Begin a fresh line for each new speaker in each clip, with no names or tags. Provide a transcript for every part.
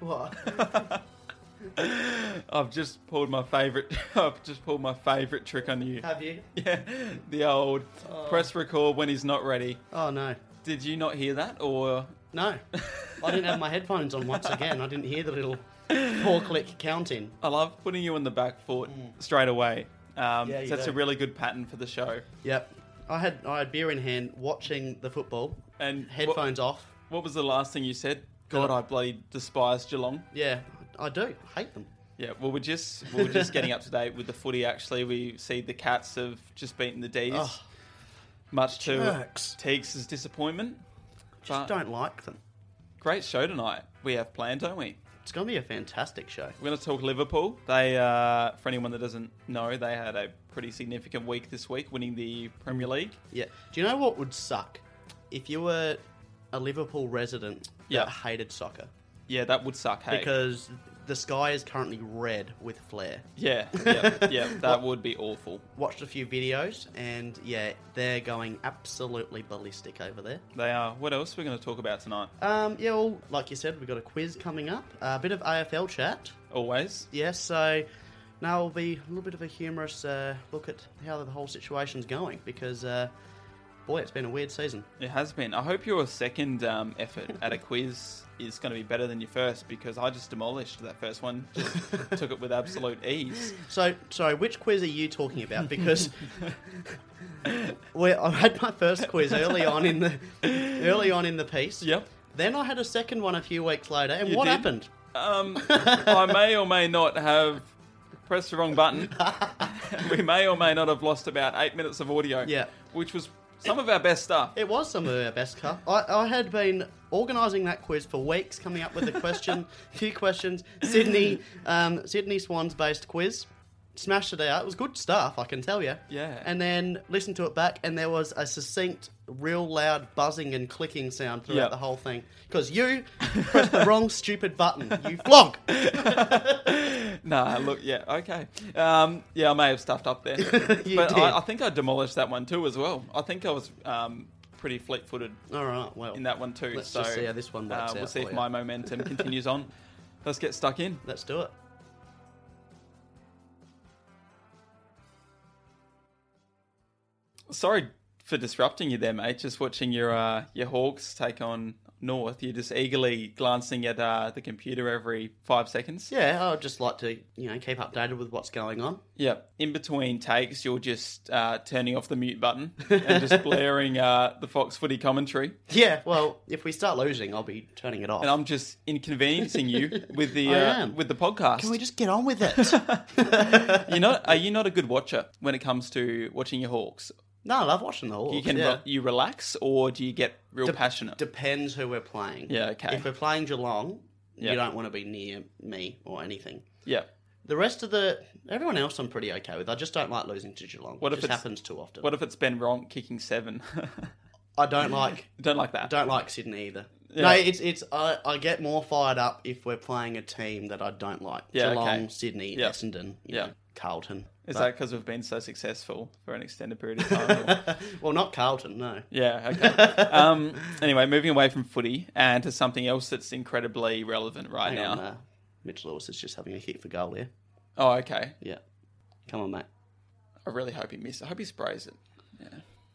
What?
I've just pulled my favorite. I've just pulled my favorite trick on you.
Have you?
Yeah, the old
Oh.
press record when he's not ready.
Oh no,
Did you not hear that, or
no! I didn't have my headphones on once again. I didn't hear the little four-click counting.
I love putting you on the back foot straight away. Um,
Mm. Yeah, you
so that's
do.
a really good pattern for the show.
Yep. I had I had beer in hand, watching the football,
And what-
headphones off.
What was the last thing you said? God, I bloody despise Geelong.
Yeah, I do I hate them.
Yeah, well, we're just we we're just getting up to date with the footy. Actually, we see the Cats have just beaten the D's,
Oh.
much to
Jerks.
Teagues' disappointment.
Just
But-
don't like them.
Great show tonight. We have planned, don't we?
It's gonna be a fantastic show.
We're going to talk Liverpool. They, uh, for anyone that doesn't know, they had a pretty significant week this week, winning the Premier League.
Yeah. Do you know what would suck if you were a Liverpool resident
Yeah.
that hated soccer
Yeah, that would suck. Hey,
because the sky is currently red with flair.
yeah, yeah, yeah, that would be awful.
Watched a few videos and yeah, they're going absolutely ballistic over there.
They are. What else are we going to talk about tonight?
Um, yeah, well, like you said, we've got a quiz coming up, a bit of AFL chat.
Always.
Yes, so now will be a little bit of a humorous uh, look at how the whole situation's going because, uh, boy, it's been a weird season.
It has been. I hope your second um, effort at a quiz is going to be better than your first because I just demolished that first one. Just took it with absolute ease.
So, sorry, which quiz are you talking about? Because we I had my first quiz early on in the early on in the piece.
Yep.
Then I had a second one a few weeks later, and
You
what
did?
happened?
Um, I may or may not have pressed the wrong button. we may or may not have lost about eight minutes of audio.
Yeah.
Which was some of our best stuff.
It was some of our best cup. I, I had been organising that quiz for weeks, coming up with a question, few questions. Sydney, um, Sydney Swans based quiz. Smashed it out. It was good stuff, I can tell you.
Yeah.
And then listened to it back, and there was a succinct, real loud buzzing and clicking sound throughout
Yep.
the whole thing. Because you pressed the wrong stupid button. You flog.
Nah, look, yeah, okay. Um, yeah, I may have stuffed up there. but
You did.
I, I think I demolished that one too as well. I think I was um, pretty fleet footed
All right. Well,
in that one too.
Let's
so
just see how this one works
uh, We'll
out
see
for
if
you.
my momentum continues on. Let's get stuck in.
let's do it.
Sorry for disrupting you there, mate. Just watching your uh, your Hawks take on North. You're just eagerly glancing at uh, the computer every five seconds.
Yeah, I would just like to, you know, keep updated with what's going on.
Yep. In between takes, you're just uh, turning off the mute button and just blaring uh, the Fox Footy commentary.
Yeah, well, if we start losing, I'll be turning it off.
And I'm just inconveniencing you with
I
the uh,
am.
with the podcast.
Can we just get on with it?
You're not. Are you not a good watcher when it comes to watching your Hawks?
No, I love watching the Hawks.
You can
yeah.
re- you relax, or do you get real
Dep-
passionate?
Depends who we're playing.
Yeah, okay.
If we're playing Geelong,
Yeah.
you don't want to be near me or anything.
yeah.
The rest of the everyone else, I'm pretty okay with. I just don't like losing to Geelong.
What
What
if
it just
it's-
happens too often.
What if it's Ben Ronk kicking seven?
I don't like
Don't like that.
don't like Sydney either.
Yeah.
No, it's it's I, I get more fired up if we're playing a team that I don't like.
Yeah,
Geelong,
okay.
Sydney,
Yeah.
Essendon, you
Yeah.
know, Carlton.
Is
But-
that because we've been so successful for an extended period of time? or-
well, not Carlton, no.
yeah. Okay. Um, anyway, moving away from footy and to something else that's incredibly relevant right
Hang
now.
on, uh, Mitch Lewis is just having a hit for goal here.
Oh, okay.
Yeah, come on, mate.
I really hope he misses. I hope he sprays it. Yeah.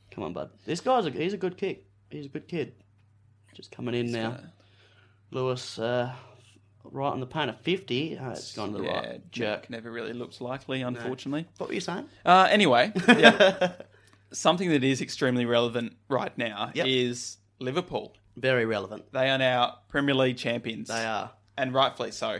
Come on, bud. This guy's a, he's a good kick. He's a good kid. Just coming in now.
gonna-
Lewis, uh, right on the paint of 50. Oh, it's gone to the
Yeah,
right. Jerk.
Never really looked likely, unfortunately.
What were you saying?
Uh, anyway, yeah. something that is extremely relevant right now
Yep.
is Liverpool.
Very relevant.
They are now Premier League champions.
They are.
and rightfully so.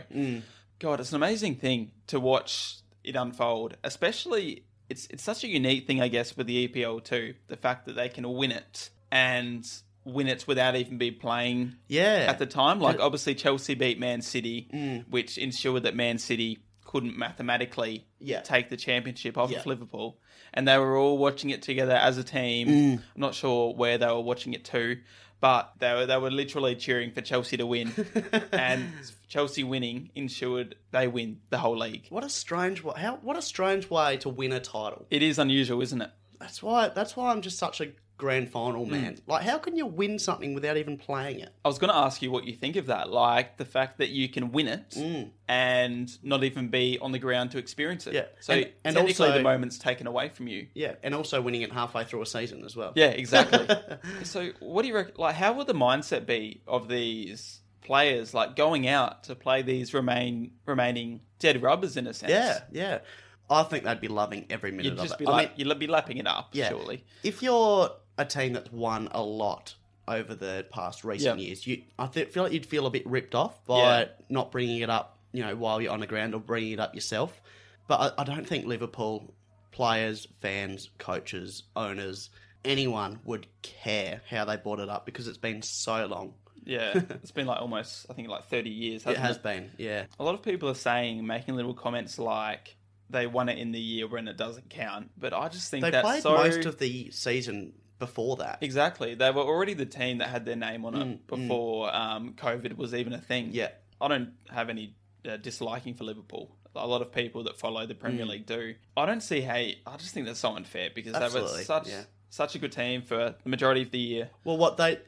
God, it's an amazing thing to watch it unfold. Especially, it's it's such a unique thing, I guess, with the EPL too. The fact that they can win it and win it without even be playing
Yeah.
at the time. Like obviously, Chelsea beat Man City,
Mm.
which ensured that Man City couldn't mathematically
Yeah.
take the championship off
Yeah.
of Liverpool, and they were all watching it together as a team.
Mm.
I'm not sure where they were watching it to, but they were they were literally cheering for Chelsea to win, and Chelsea winning ensured they win the whole league.
what a strange wa- how what a strange way to win a title.
It is unusual, isn't it?
That's why that's why I'm just such a grand
Hmm.
final, man. Like, how can you win something without even playing it?
I was going to ask you what you think of that, like the fact that you can win it and not even be on the ground to experience it.
Mm. Yeah.
So
And- and
technically,
also-
the moment's taken away from you.
Yeah, and also winning it halfway through a season as well.
Yeah, exactly. so, what do you reckon? Like, how would the mindset be of these players, like going out to play these remain remaining dead rubbers in a sense?
yeah, yeah. I think they'd be loving every minute
you'd
of
just
it.
be
I
like,
mean,
you'd be lapping it up,
Yeah.
surely.
if you're a team that's won a lot over the past recent
Yeah.
years, you I th- feel like you'd feel a bit ripped off by
Yeah.
not bringing it up, you know, while you're on the ground or bringing it up yourself. But I, I don't think Liverpool players, fans, coaches, owners, anyone would care how they brought it up because it's been so long.
Yeah, it's been like almost, I think, like thirty years.
It
Hasn't
has been, yeah.
A lot of people are saying, making little comments like they won it in the year when it doesn't count. But I just think
They
that's
played
so
most of the season before that.
Exactly. They were already the team that had their name on it before Um, COVID was even a thing.
Mm, Yeah.
I don't have any uh, disliking for Liverpool. A lot of people that follow the
Mm.
Premier League do. I don't see how. I just think that's so unfair because they
Absolutely,
were such
yeah.
such a good team for the majority of the year.
Well, what they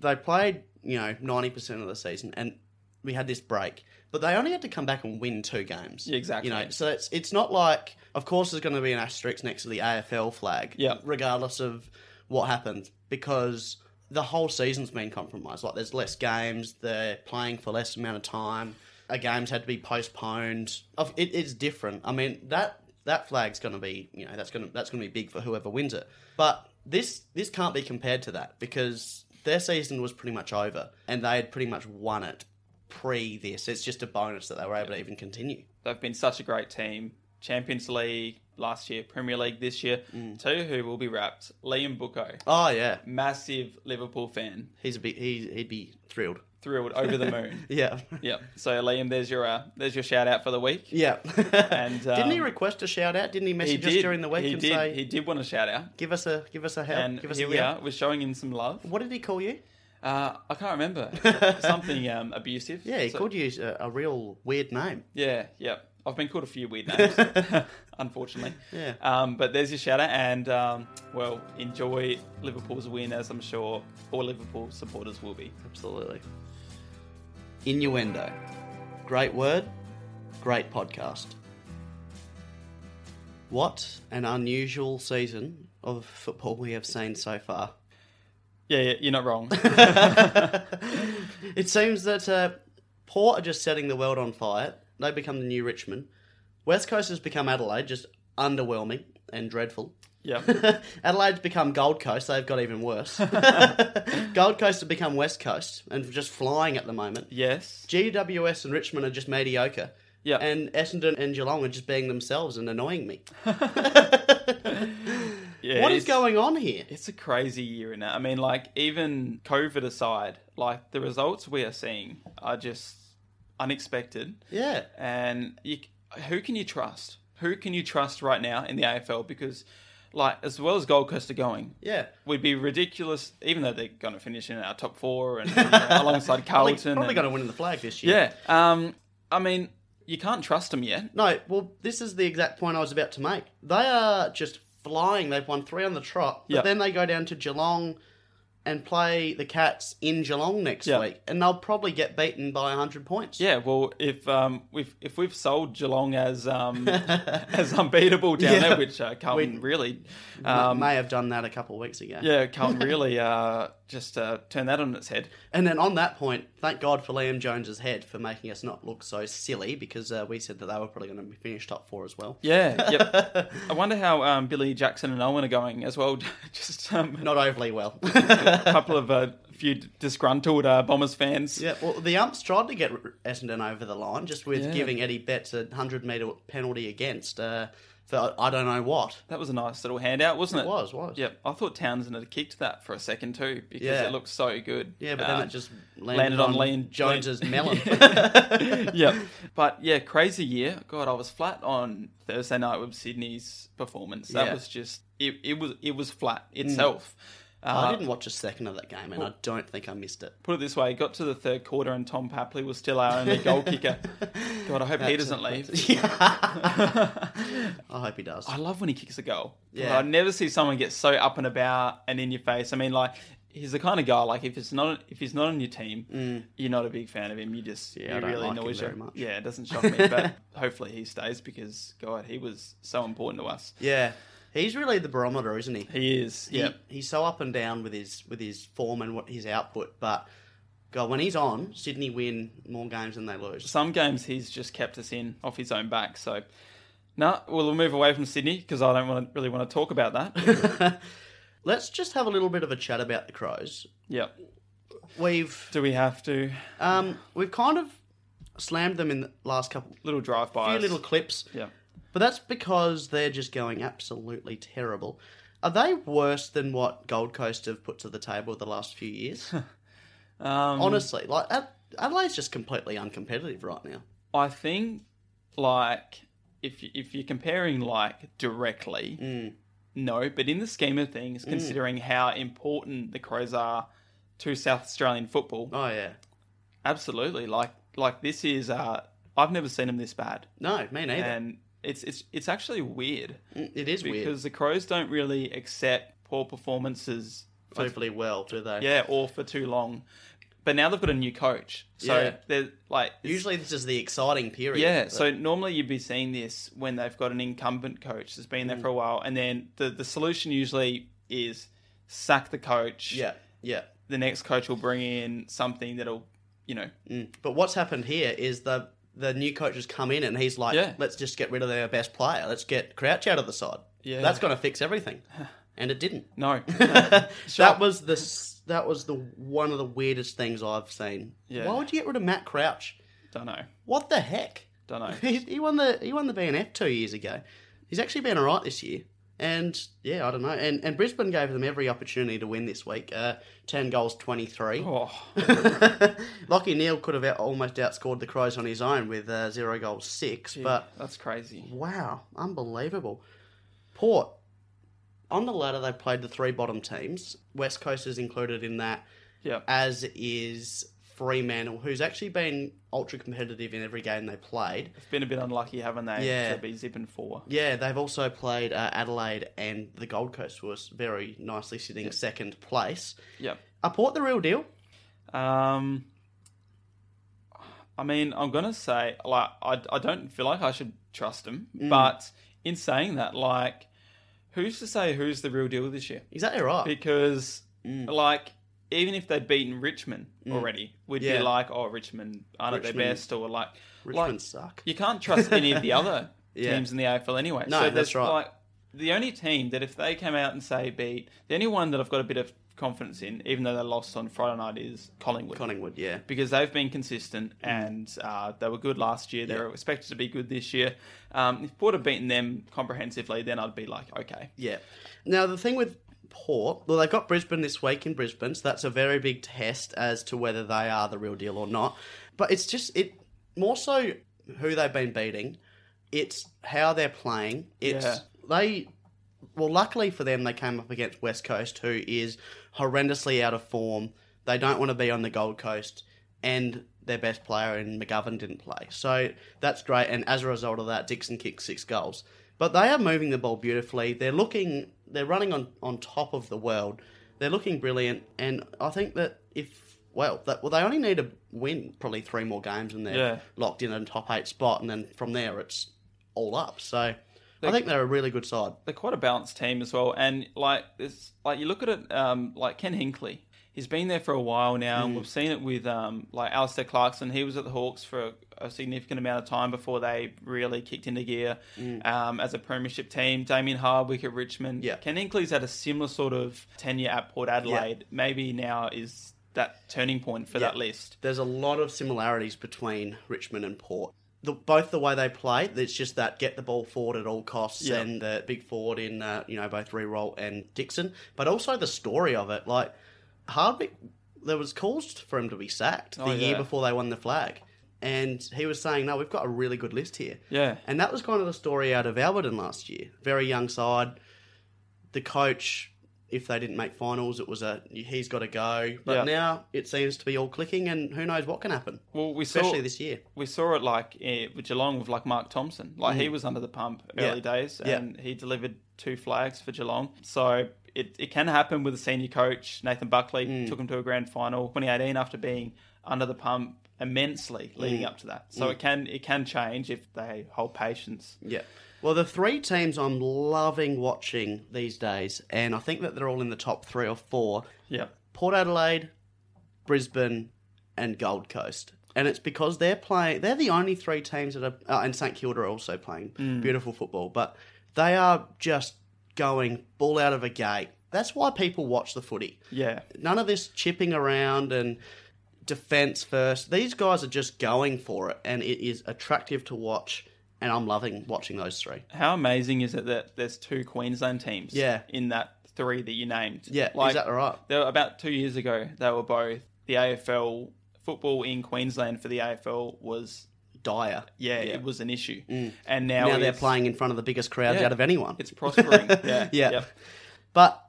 they played, you know, ninety percent of the season, and we had this break, but they only had to come back and win two games.
Yeah, exactly.
You know, so it's it's not like, of course, there's going to be an asterisk next to the AFL flag,
Yeah.
regardless of what happens, because the whole season's been compromised. Like, there's less games, they're playing for less amount of time. A game's had to be postponed. Of- It is different. I mean that that flag's going to be, you know, that's going to that's going to be big for whoever wins it. But this this can't be compared to that because their season was pretty much over and they had pretty much won it pre this. It's just a bonus that they were able to even continue.
They've been such a great team. Champions League last year, Premier League this year.
Mm.
Two who will be wrapped. Liam Bucco,
Oh yeah,
massive Liverpool fan,
he's a bit, he he'd be thrilled.
thrilled over the moon.
Yeah,
yep. So Liam, there's your uh, there's your shout out for the week.
yeah.
And,
didn't he
um,
request a shout out? Didn't he
he
message
did
us during the week
He
and
did.
say,
he did want to shout out,
"Give us a give us a help,
and
give us
here
a
we
yell."
are. We're showing him some love.
What did he call you?
Uh, I can't remember something um, abusive.
Yeah, he
So-
called you a, a real weird name.
Yeah, yeah. I've been called a few weird names, unfortunately.
Yeah.
Um, but there's your shout out, and um, well, enjoy Liverpool's win, as I'm sure all Liverpool supporters will be.
Absolutely. Innuendo. Great word, great podcast. What an unusual season of football we have seen so far.
Yeah, yeah you're not wrong.
It seems that uh, Port are just setting the world on fire. They become the new Richmond. West Coast has become Adelaide, just underwhelming and dreadful.
yeah.
Adelaide's become Gold Coast. They've got even worse. Gold Coast have become West Coast and just flying at the moment.
Yes.
GWS and Richmond are just mediocre.
Yeah.
And Essendon and Geelong are just being themselves and annoying me.
Yeah,
what is
it's-
going on here?
It's a crazy year in it. I mean, like even COVID aside, like the results we are seeing are just unexpected,
Yeah.
and you, who can you trust? Who can you trust right now in the AFL? Because, like, as well as Gold Coast are going,
Yeah.
would be ridiculous, even though they're going to finish in our top four and you know, alongside
Probably,
Carlton.
probably
and-
going to win the flag this year.
yeah. Um, I mean, you can't trust them yet.
No, well, this is the exact point I was about to make. They are just flying. They've won three on the trot, but
Yep.
then they go down to Geelong and play the Cats in Geelong next
Yep.
week, and they'll probably get beaten by 100 points.
Yeah, well, if um, we've if we've sold Geelong as um, as unbeatable down
Yeah.
there, which uh, Carlton really,
I
um,
may have done that a couple of weeks ago.
yeah, Carlton really uh, just uh, turned that on its head.
And then on that point, thank God for Liam Jones's head for making us not look so silly because uh, we said that they were probably going to finish top four as well.
Yeah, yep. I wonder how um, Billy Jackson and Owen are going as well. just um,
Not overly well.
a couple of uh, few disgruntled uh, Bombers fans.
yeah, well, the umps tried to get R- Essendon over the line just with
Yeah.
giving Eddie Betts a 100 metre penalty against uh, for I- I don't know what.
That was a nice little handout, wasn't it?
It was, was.
Yep, I thought Townsend had kicked that for a second too because
Yeah.
it looked so good.
Yeah, but
Um,
then it just landed,
landed
on,
on Liam-
Jones's
Liam-
melon.
yep. But yeah, crazy year. God, I was flat on Thursday night with Sydney's performance. That
Yeah. Mm.
was just it, it was it was flat itself.
I
Uh,
didn't watch a second of that game, and I don't think I missed it.
Put it this way, it got to the third quarter and Tom Papley was still our only goal kicker. God, I hope he doesn't leave.
I hope he does.
I love when he kicks a goal.
Yeah.
I never see someone get so up and about and in your face. I mean, like he's the kind of guy like if it's not if he's not on your team, you're not a big fan of him. You just
Mm. Yeah,
he
I don't
really
like him
annoys
very
you.
much.
Yeah, it doesn't shock me, but hopefully he stays because God, he was so important to us.
Yeah, he's really the barometer, isn't he?
He is.
He-
Yeah.
he's so up and down with his with his form and what his output, but God, when he's on, Sydney win more games than they lose.
Some games he's just kept us in off his own back. So, no, we'll move away from Sydney because I don't want to, really want to talk about that.
Let's just have a little bit of a chat about the Crows.
yeah.
We've
Do we have to?
um, we've kind of slammed them in the last couple
Little drive by.
few little clips,
Yeah.
but that's because they're just going absolutely terrible. Are they worse than what Gold Coast have put to the table the last few years?
Um,
Honestly, like Ad- Adelaide's just completely uncompetitive right now.
I think like if you, if you're comparing like directly, no, but in the scheme of
Mm.
things, considering how important the Crows are to South Australian football,
Oh yeah,
absolutely. Like like this is uh, I've never seen them this bad,
no, me neither. Mm,
and it's it's it's actually weird
It is
because
weird.
the Crows don't really accept poor performances.
Hopefully, well, do they?
Yeah, or for too long. But now they've got a new coach, so
Yeah.
they're like it's-
Usually, this is the exciting period.
Yeah,
but-
so normally you'd be seeing this when they've got an incumbent coach that's
Mm.
been there for a while, and then the, the solution usually is sack the coach.
yeah, yeah.
The next coach will bring in something that'll, you know,
Mm. But what's happened here is the the new coach has come in and he's like,
Yeah.
"Let's just get rid of their best player. Let's get Crouch out of the side.
Yeah.
that's going to fix everything." And it didn't.
no.
that was the s- that was the one of the weirdest things I've seen.
Yeah.
Why would you get rid of Matt Crouch?
don't know.
What the heck?
Don't know.
He, he won the he won the BNF two years ago. He's actually been all right this year, and yeah, I don't know. And and Brisbane gave them every opportunity to win this week. Uh, Ten goals, twenty three.
Oh,
Lockie Neal could have out- almost outscored the Crows on his own with uh, zero goals six, but
that's crazy.
wow, unbelievable. Port on the ladder, they played the three bottom teams. West Coast is included in that
Yeah.
as is Fremantle, who's actually been ultra competitive in every game they played.
It's been a bit unlucky, haven't they?
Yeah.
To be zipping four.
Yeah, they've also played uh, Adelaide and the Gold Coast was very nicely sitting second place.
Yeah.
Are Port the real deal?
Um, I mean, I'm gonna say like I, I don't feel like I should trust him,
Mm.
but in saying that, like, who's to say who's the real deal this year?
Exactly right.
Because
Mm.
like, even if they'd beaten Richmond already, we'd
Yeah.
be like, oh, Richmond aren't at
Richmond-
their best, or like,
Richmond
like
suck.
you can't trust any of the other
Yeah.
teams in the AFL anyway.
No,
so
that's
there's,
right.
Like, the only team that if they came out and say beat the only one that I've got a bit of confidence in, even though they lost on Friday night, is Collingwood
Collingwood, yeah.
because they've been consistent and uh, they were good last year. They were expected to be good this year. Um, if Port had beaten them comprehensively, then I'd be like, okay,
Yeah. Now the thing with Port, well, they've got Brisbane this week in Brisbane, so that's a very big test as to whether they are the real deal or not. But it's just it more so who they've been beating. It's how they're playing. It's they. Well, luckily for them, they came up against West Coast, who is horrendously out of form. They don't want to be on the Gold Coast, and their best player in McGovern didn't play. So that's great. And as a result of that, Dixon kicked six goals. But they are moving the ball beautifully. They're looking, they're running on, on top of the world. They're looking brilliant. And I think that if, well, that, well, they only need to win probably three more games and they're
Yeah.
locked in a top eight spot. And then from there, it's all up. So I think they're a really good side.
they're quite a balanced team as well. And like, it's, like you look at it, um, like Ken Hinkley, he's been there for a while now,
Mm.
and we've seen it with um, like Alistair Clarkson. He was at the Hawks for a, a significant amount of time before they really kicked into gear um, as a premiership team. Damien Hardwick at Richmond.
Mm. Yeah.
Ken Hinkley's had a similar sort of tenure at Port Adelaide. Maybe now is that turning point for that
Yeah.
list.
there's a lot of similarities between Richmond and Port. The, both the way they play, it's just that get the ball forward at all costs,
Yeah.
and the big forward in uh, you know both Reroll and Dixon, but also the story of it. Like Hardwick, there was calls for him to be sacked the
Oh,
year
yeah.
before they won the flag, and he was saying, "No, we've got a really good list here."
Yeah.
And that was kind of the story out of Alberton last year. Very young side. The coach if they didn't make finals, it was a he's got to go. But
Yeah.
now it seems to be all clicking, and who knows what can happen,
Well, we saw
especially this year.
we saw it like eh, with Geelong with like Mark Thompson. Like he was under the pump
Mm. Yeah.
early days,
Yeah.
and he delivered two flags for Geelong. So it, it can happen with a senior coach. Nathan Buckley
Mm.
took him to a grand final 2018 after being under the pump immensely
Mm.
leading up to that. So it can it can change if they hold patience.
Yeah. Well, the three teams I'm loving watching these days, and I think that they're all in the top three or four
Yeah.
Port Adelaide, Brisbane, and Gold Coast. And it's because they're playing. They're the only three teams that are, uh, and St Kilda are also playing
Mm.
beautiful football. But they are just going ball out of a gate. That's why people watch the footy.
Yeah.
None of this chipping around and defense first. These guys are just going for it, and it is attractive to watch. And I'm loving watching those three.
How amazing is it that there's two Queensland teams
Yeah.
in that three that you named?
Yeah,
Like,
is that right?
They were, about two years ago, they were both the AFL football in Queensland for the AFL was
Dire.
yeah, it was an issue, and
Mm.
now,
Now they're
it's-
playing in front of the biggest crowds
Yeah.
out of anyone.
It's prospering. yeah,
Yeah.
yep.
But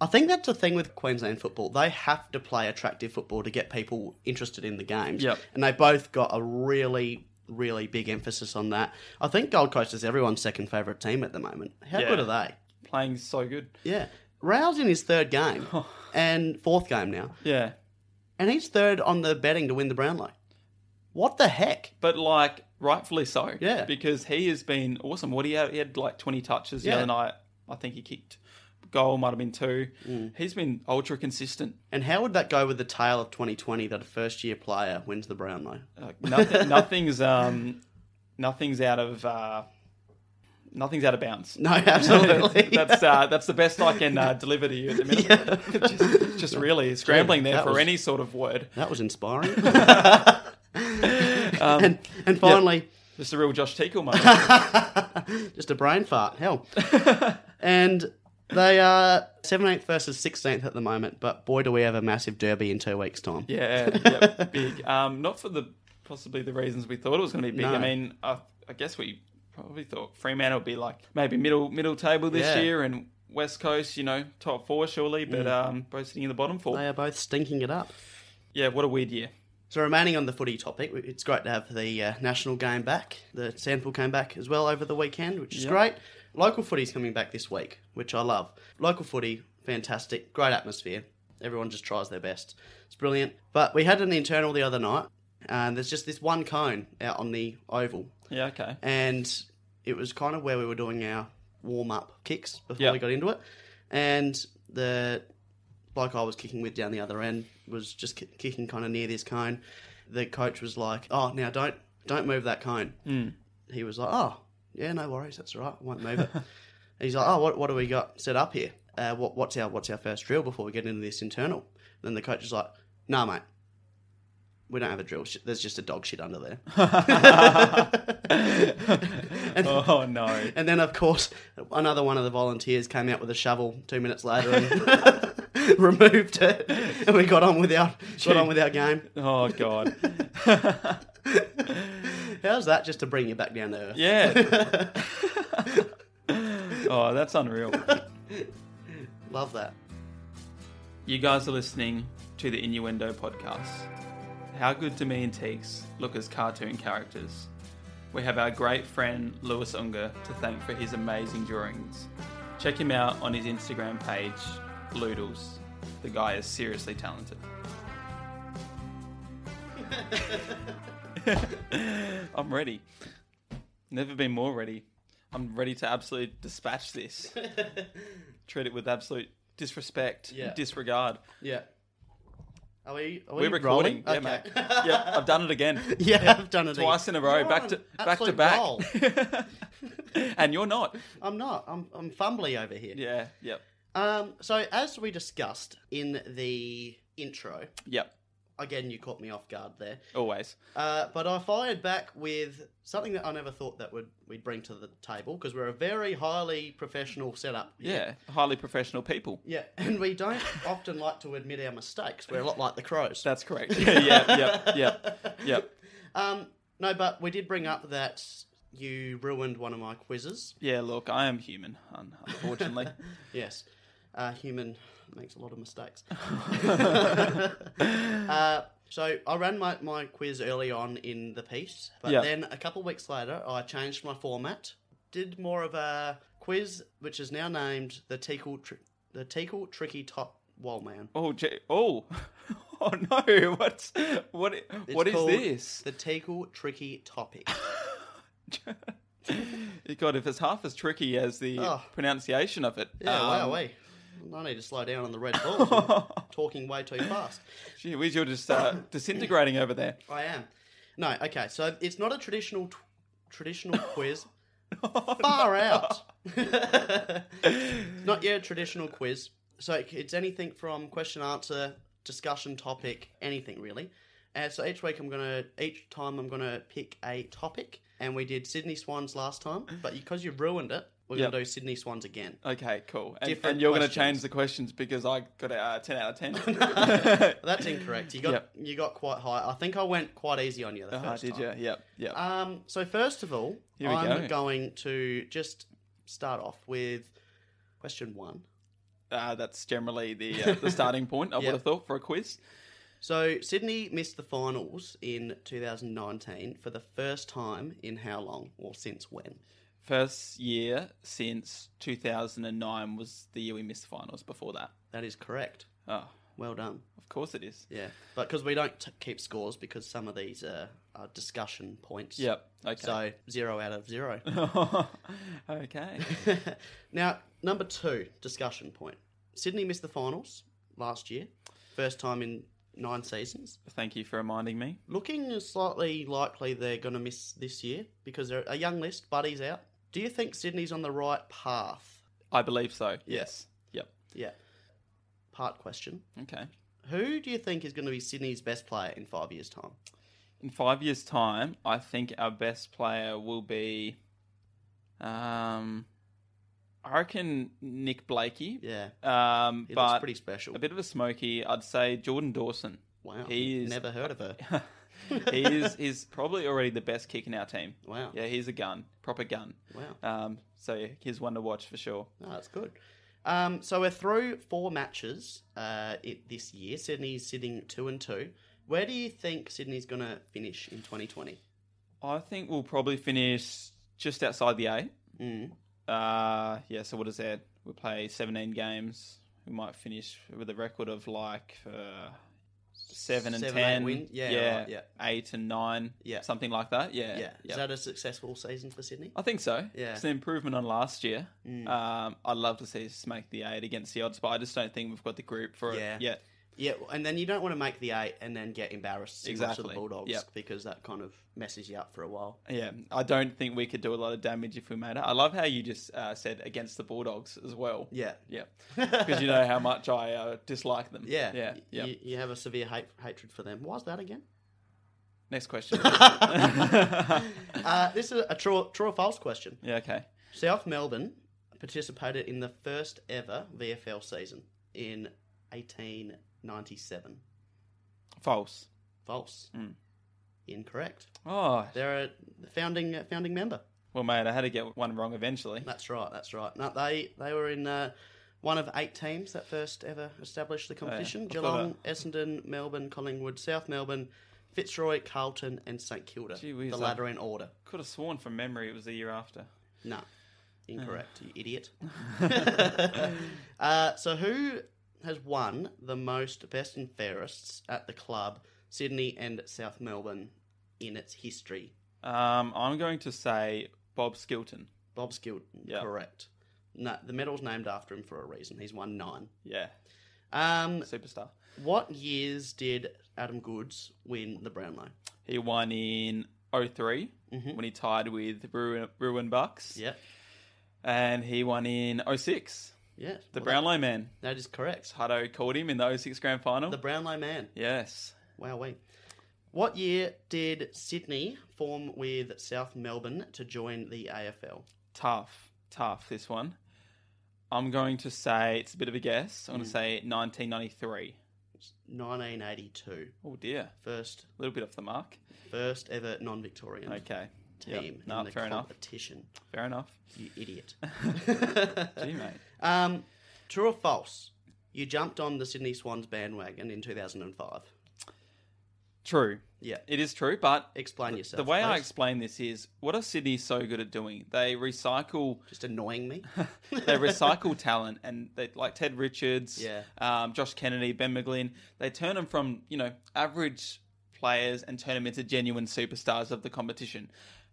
I think that's the thing with Queensland football. They have to play attractive football to get people interested in the games.
Yep.
And they both got a really, really big emphasis on that. I think Gold Coast is everyone's second favourite team at the moment. How
Yeah.
good are they?
playing so good.
Yeah. Rao's in his third game
Oh.
and fourth game now.
Yeah,
And he's third on the betting to win the Brownlow. What the heck?
but like rightfully so.
Yeah.
because he has been awesome. What he had, he had like twenty touches the
Yeah.
other night. I think he kicked goal, might have been two.
Mm.
He's been ultra consistent.
And how would that go with the tale of 2020 that a first year player wins the Brownlow?
Like nothing, nothing's um, nothing's out of uh, nothing's out of bounds.
No, absolutely.
that's uh, that's the best I can uh, deliver to you at the minute.
Yeah.
just, just really scrambling there
that
for
was-
any sort of word.
That was inspiring.
Um,
and, and finally,
just a real Josh Teagle moment.
just a brain fart. Hell. and they are 17th versus 16th at the moment, but boy, do we have a massive derby in two weeks' time.
yeah, yeah, big. Um, not for the possibly the reasons we thought it was going to be big.
No.
I mean, I, I guess we probably thought Fremantle would be like maybe middle middle table this
Yeah.
year and West Coast, you know, top four surely, but
Mm.
um, both sitting in the bottom four.
They are both stinking it up.
Yeah, what a weird year.
So, remaining on the footy topic, it's great to have the uh, national game back. The Sandful came back as well over the weekend, which is great. Local footy's coming back this week, which I love. Local footy, fantastic, great atmosphere. Everyone just tries their best. It's brilliant. But we had an internal the other night, and there's just this one cone out on the oval,
Yeah, okay.
and it was kind of where we were doing our warm up kicks before
Yeah.
we got into it. And the bloke I was kicking with down the other end was just ki- kicking kind of near this cone. The coach was like, "Oh, now don't don't move that cone."
Hmm.
He was like, "Oh, yeah, no worries, that's all right, I won't move it." He's like, "Oh, what what do we got set up here? Uh, what what's our what's our first drill before we get into this internal?" then the coach is like, "Nah, mate." We don't have a drill. Sh- There's just a dog shit under there.
oh no.
And then, of course, another one of the volunteers came out with a shovel two minutes later and removed it, and we got on with our got on with our game.
Oh god.
How's that just to bring you back down to earth?
Yeah. oh, that's unreal.
Love that.
You guys are listening to the Innuendo podcast. How good do me and Teeks look as cartoon characters? We have our great friend Lewis Unger to thank for his amazing drawings. Check him out on his Instagram page, Loodles. The guy is seriously talented. I'm ready. Never been more ready. I'm ready to absolutely dispatch this. Treat it with absolute disrespect,
Yeah.
disregard.
Yeah. Are we? Are we
We're recording.
rolling?
Yeah,
Okay.
mate. yeah, I've done it again.
Yeah, I've done it
Twice in
again.
a row,
You're
back
on
to
an
back to
absolute roll.
back. and you're not.
I'm not. I'm I'm fumbly over here.
Yeah, yep.
Um. So as we discussed in the intro,
Yep.
again you caught me off guard there.
Always.
Uh, but I fired back with something that I never thought that would we'd bring to the table because we're a very highly professional setup.
Yeah. Highly professional people.
Yeah, and we don't often like to admit our mistakes. We're a lot like the crows.
That's correct. yeah, yep, yep, yep.
Um, no, but we did bring up that you ruined one of my quizzes.
Yeah, look, I am human, un- unfortunately.
Yes. uh, human makes a lot of mistakes. uh, so I ran my, my quiz early on in the piece, but
Yeah.
then a couple of weeks later, I changed my format, did more of a quiz, which is now named the Teakle, Tri- the Teakle Tricky Top Wall Man.
Oh, gee, oh, oh no! What's what? what is
called
this?
The Teakle Tricky Topic.
God, if it's half as tricky as the
Oh.
pronunciation of it,
Yeah,
um,
wow, wait. I need to slow down on the red balls. You're talking way too fast.
Gee whiz, you're just uh, disintegrating over there.
I am. No, okay. So it's not a traditional t- traditional quiz. Far out. not your traditional quiz. So it- it's anything from question answer, discussion topic, anything really. And so each week I'm gonna, each time I'm gonna pick a topic. And we did Sydney Swans last time, but because you've ruined it, we're
Yep.
gonna do Sydney Swans again.
Okay, cool. And,
Different
and you're going to
questions.
change the questions because I got a uh, ten out of ten.
That's incorrect. You got
Yep.
you got quite high. I think I went quite easy on you the
Ah,
first
did
time.
you? Yep, yep.
Um, so first of all,
Here we
I'm
go.
going to just start off with question one.
Uh, that's generally the uh, the starting point. I
Yeah.
would have thought for a quiz.
So Sydney missed the finals in 2019 for the first time in how long or since when?
First year since 2009 was the year we missed the finals. Before that,
That is correct.
oh,
Well done.
of course it is.
Yeah, but because we don't t- keep scores because some of these are, are discussion points.
Yep. Okay.
So zero out of zero.
okay.
now, number two discussion point. Sydney missed the finals last year, first time in nine seasons.
Thank you for reminding me.
Looking slightly likely they're going to miss this year because they're a young list, Buddy's out. Do you think Sydney's on the right path?
I believe so. Yes. Yep.
Yeah. Part question.
Okay.
Who do you think is going to be Sydney's best player in five years' time?
In five years' time, I think our best player will be. Um, I reckon Nick Blakey.
Yeah.
Um,
He looks
but
pretty special.
a bit of a smoky. I'd say Jordan Dawson.
wow.
he is-
Never heard of her.
he is he's probably already the best kick in our team.
Wow.
Yeah, he's a gun, proper gun.
Wow.
Um, so yeah, he's one to watch for sure.
No, that's good. Um, so we're through four matches uh, it, this year. Sydney's sitting two and two. Where do you think Sydney's going to finish in 2020?
I think we'll probably finish just outside the eight.
Mm.
Uh, yeah, so what is that? We play 17 games. We might finish with a record of like uh, 7 and
Seven, eight
10.
win? Yeah, right, yeah.
8 and 9.
Yeah.
Something like that. Yeah.
Yeah.
yeah.
Is that a successful season for Sydney?
I think so.
Yeah. Mm.
It's an improvement on last year. Um, I'd love to see us make the eight against the odds, but I just don't think we've got the group for
Yeah.
it yet.
Yeah, and then you don't want to make the eight and then get embarrassed exactly. to the
Exactly.
Bulldogs
Yep.
because that kind of messes you up for a while.
Yeah, I don't think we could do a lot of damage if we made it. I love how you just uh, said against the Bulldogs as well.
Yeah.
Yeah, because you know how much I uh, dislike them.
Yeah.
yeah,
Y-
yeah.
You, you have a severe hate, hatred for them. Why's that again?
Next question.
Uh, this is a true, true or false question.
yeah, okay.
South Melbourne participated in the first ever VFL season in 1897.
False.
False. Incorrect.
Oh,
They're a founding founding member.
well, mate, I had to get one wrong eventually.
That's right. That's right. No, they they were in uh, one of eight teams that first ever established
Oh,
the competition:
I thought
Geelong, Essendon, Melbourne, Collingwood, South Melbourne, Fitzroy, Carlton, and St Kilda.
Gee whiz,
the
I-
latter in order.
Could have sworn from memory it was the year after.
No, incorrect. you idiot. uh, so who has won the most best and fairests at the club, Sydney and South Melbourne, in its history?
Um, I'm going to say Bob Skilton.
Bob Skilton.
Yeah.
Correct. No, the medal's named after him for a reason. He's won nine.
Yeah,
Um,
superstar.
What years did Adam Goods win the Brownlow?
He won in 3
Mhm.
when he tied with Ruin, Ruin Bucks.
Yep.
And he won in 06.
Yes.
The
Well,
Brownlow man.
that- that is correct.
Hutto called him in the 06 grand final.
The Brownlow man.
yes.
Wow, wait. What year did Sydney form with South Melbourne to join the AFL?
Tough. Tough, this one. I'm going to say, it's a bit of a guess.
Mm.
I'm going to say 1993.
1982.
Oh, dear.
First,
A little bit off the mark.
first ever non-Victorian
Okay. Yep.
team
No,
in the
fair enough.
competition.
Fair enough.
You idiot.
Gee, mate.
um, True or false? You jumped on the Sydney Swans bandwagon in 2005.
True.
Yeah.
It is true, but
Explain yourself.
the way I
please.
explain this is what are Sydney so good at doing? They recycle
just annoying me.
they recycle talent and they like Ted Richards,
Yeah.
um, Josh Kennedy, Ben McGlynn. They turn them from you know average players and turn them into genuine superstars of the competition.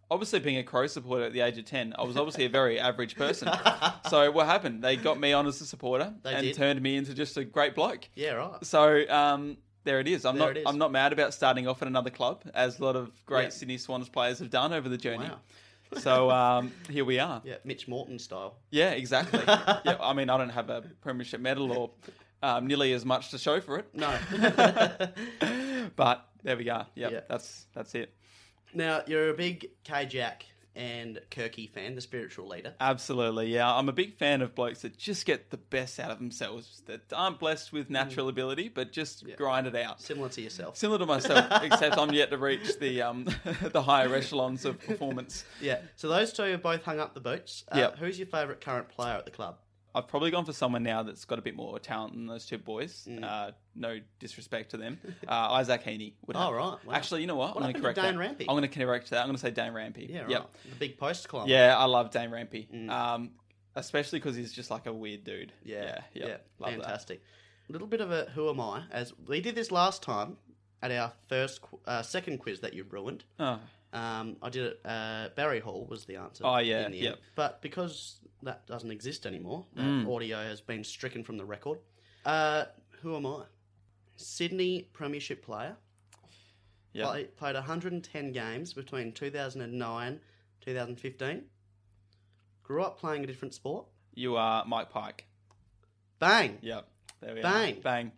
Obviously, being a Crow supporter at the age of ten, I was obviously a very average person. So what happened? They got me on as a supporter
They
and
did.
turned me into just a great bloke.
yeah, right.
So um, there it is. I'm
There
not.
it is.
I'm not mad about starting off at another club, as a lot of great
Yeah.
Sydney Swans players have done over the journey.
Wow.
So um, here we are.
Yeah, Mitch Morton style.
Yeah, exactly. yeah, I mean, I don't have a premiership medal or um, nearly as much to show for it.
No.
but there we go. Yeah,
Yeah.
that's that's it.
now, you're a big K Jack and Kirky fan, the spiritual leader.
Absolutely. Yeah, I'm a big fan of blokes that just get the best out of themselves, that aren't blessed with natural
Mm.
ability, but just grind it out.
Similar to yourself.
Similar to myself, except I'm yet to reach the um, the higher echelons of performance.
Yeah. So those two have both hung up the boots. Uh,
Yep.
Who's your favourite current player at the club?
I've probably gone for someone now that's got a bit more talent than those two boys.
Mm.
Uh, no disrespect to them. Uh, Isaac Heaney would.
Oh,
have-
right. Wow.
Actually, you know what?
What
I'm going
happened to
to correct
Dan
that.
Rampey?
I'm going to correct that. I'm going to say Dan Rampy.
Yeah, right. Oh.
Yep.
The big post climber.
Yeah, I love Dan Rampy. Um, especially because he's just like a weird dude.
Yeah, yeah,
yep. Love
fantastic. A little bit of a who am I? As we did this last time at our first, qu- uh, second quiz that you ruined.
that.
Um, I did it. Uh, Barry Hall was the answer.
Oh, yeah, Mm.
in the
yep.
end. But because that doesn't exist anymore, that audio has been stricken from the record. Uh, who am I? Sydney Premiership player.
Yep.
Play, played 110 games between 2009 2015. Grew up playing a different sport.
You are Mike Pike.
Bang.
Yep. There we
Bang.
are. Bang.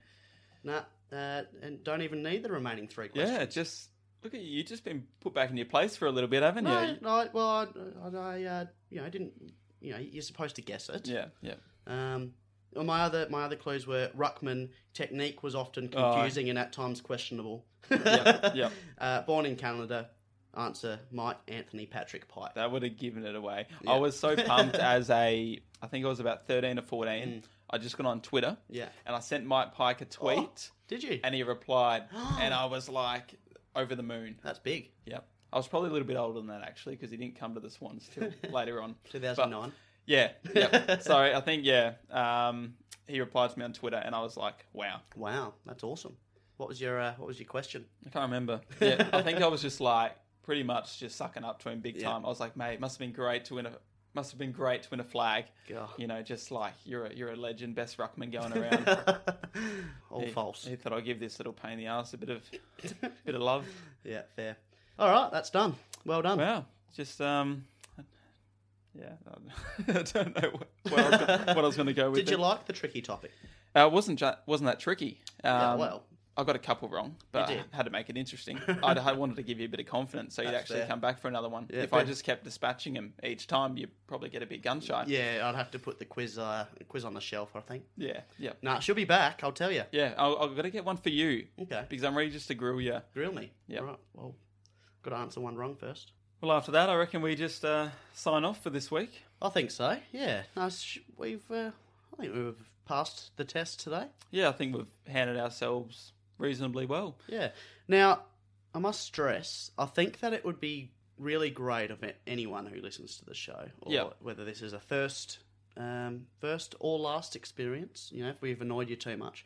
Nah, uh, and don't even need the remaining three questions.
Yeah, just look at you. You've just been put back in your place for a little bit, haven't
No,
you?
no, I- well, I, I uh, you know, I didn't. You know, you're supposed to guess it.
Yeah, yeah.
Um, well, my other my other clues were Ruckman technique was often
Oh,
confusing and at times questionable.
Yep, yep.
Uh, born in Canada. Answer: Mike Anthony Patrick Pike.
That would have given it away. I
Yeah.
was so pumped as a, I think I was about 13 or 14. I just got on Twitter
Yeah.
and I sent Mike Pike a tweet
Did you?
and he replied and I was like over the moon.
That's big.
Yep. I was probably a little bit older than that actually because he didn't come to the Swans till later on.
2009.
Yeah. Yep. so I think, yeah, um, he replied to me on Twitter and I was like, wow.
Wow, that's awesome. What was your uh, What was your question?
I can't remember. Yeah. I think I was just like pretty much just sucking up to him big time. I was like, mate, must have been great to win a. Must have been great to win a flag.
God.
You know, just like you're a, you're a legend, best ruckman going around.
All
He-
false.
He thought I'd give this little pain in the ass a bit of bit of love.
Yeah, fair. All right, that's done. Well done.
Wow. Just um yeah, I don't know what, where I was gonna, what I was going to go with.
Did you
it.
like the tricky topic?
Uh, it wasn't ju- wasn't that tricky? Um,
Yeah, well,
I got a couple wrong, but
You
I
did.
had to make it interesting. I'd, I wanted to give you a bit of confidence, so you'd
That's
actually
fair.
come back for another one. if I
fair.
just kept dispatching them each time, you'd probably get a bit gun shy.
yeah, I'd have to put the quiz uh, quiz on the shelf. I think.
yeah, yeah.
Nah, she'll be back. I'll tell you.
Yeah, I'll, I've got to get one for you
Okay.
because I'm ready just to grill you.
Grill me.
Yeah.
All right. Well, got to answer one wrong first.
Well, after that, I reckon we just uh, sign off for this week.
I think so. Yeah. No, sh- we've. Uh, I think we've passed the test today.
Yeah, I think we've handed ourselves reasonably well.
Yeah. Now, I must stress. I think that it would be really great of a- anyone who listens to the show, or
Yeah.
whether this is a first, um, first or last experience. You know, if we've annoyed you too much,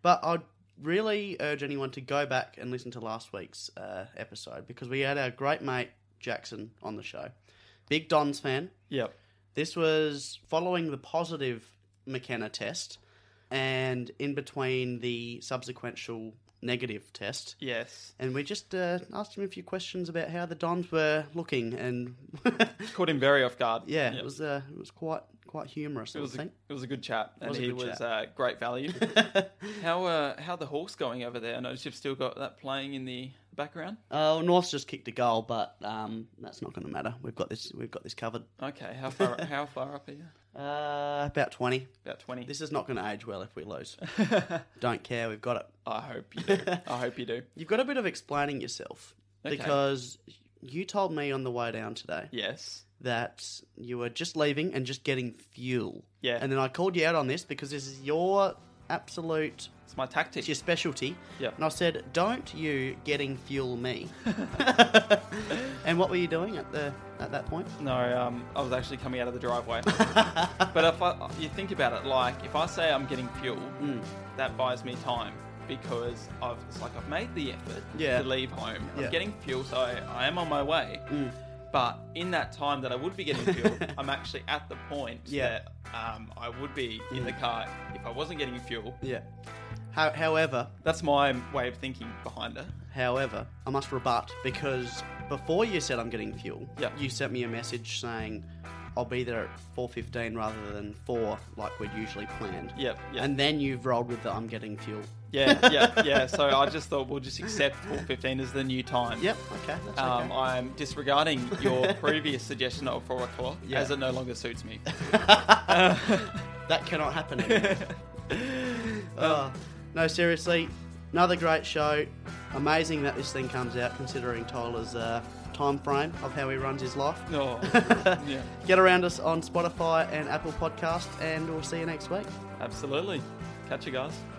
but I'd really urge anyone to go back and listen to last week's uh, episode because we had our great mate Jackson on the show. Big Don's fan.
Yep.
This was following the positive McKenna test and in between the subsequential negative test.
Yes.
And we just uh, asked him a few questions about how the Dons were looking, and
Caught him very off guard.
yeah,
Yep.
it was uh, it was quite quite humorous.
It
I
was, a,
think.
it was a good chat, and
was a
he
good
was uh, great value. how uh, how the Hawks going over there? I noticed you've still got that playing in the background.
Oh, North's just kicked a goal, but um, that's not going to matter. We've got this we've got this covered.
Okay, how far how far up are you?
Uh, about twenty.
About twenty.
This is not going to age well if we lose. Don't care. We've got it.
I hope you do. I hope you do.
You've got a bit of explaining yourself
Okay.
because you told me on the way down today
Yes.
that you were just leaving and just getting fuel.
Yeah.
And then I called you out on this because this is your absolute
It's my tactic.
it's your specialty.
Yep.
And I said, "Don't you getting fuel me." and what were you doing at the at that point?
No, um, I was actually coming out of the driveway. but uh, if I, you think about it, like if I say I'm getting fuel,
Mm,
that buys me time because I've it's like I've made the effort
Yeah.
to leave home.
Yeah. Mm.
I'm getting fuel, so I, I am on my way. But in that time that I would be getting fuel, I'm actually at the point
Yeah. Mm.
that um, I would be in the car if I wasn't getting fuel.
Yeah. How, however,
That's my way of thinking behind it.
However, I must rebut because before you said I'm getting fuel,
Yeah.
you sent me a message saying I'll be there at 4:15 rather than 4 like we'd usually planned.
Yep, yep.
And then you've rolled with the I'm getting fuel.
Yeah, yeah, yeah. So I just thought we'll just accept 4:15 as the new time.
Yep, okay, that's
Um,
okay.
I'm disregarding your previous suggestion of four o'clock
Yeah.
as it no longer suits me.
that cannot happen anymore. Oh, no, seriously, another great show. Amazing that this thing comes out considering Tyler's uh, time frame of how he runs his life.
No. yeah,
Get around us on Spotify and Apple Podcast and we'll see you next week.
absolutely. Catch you guys.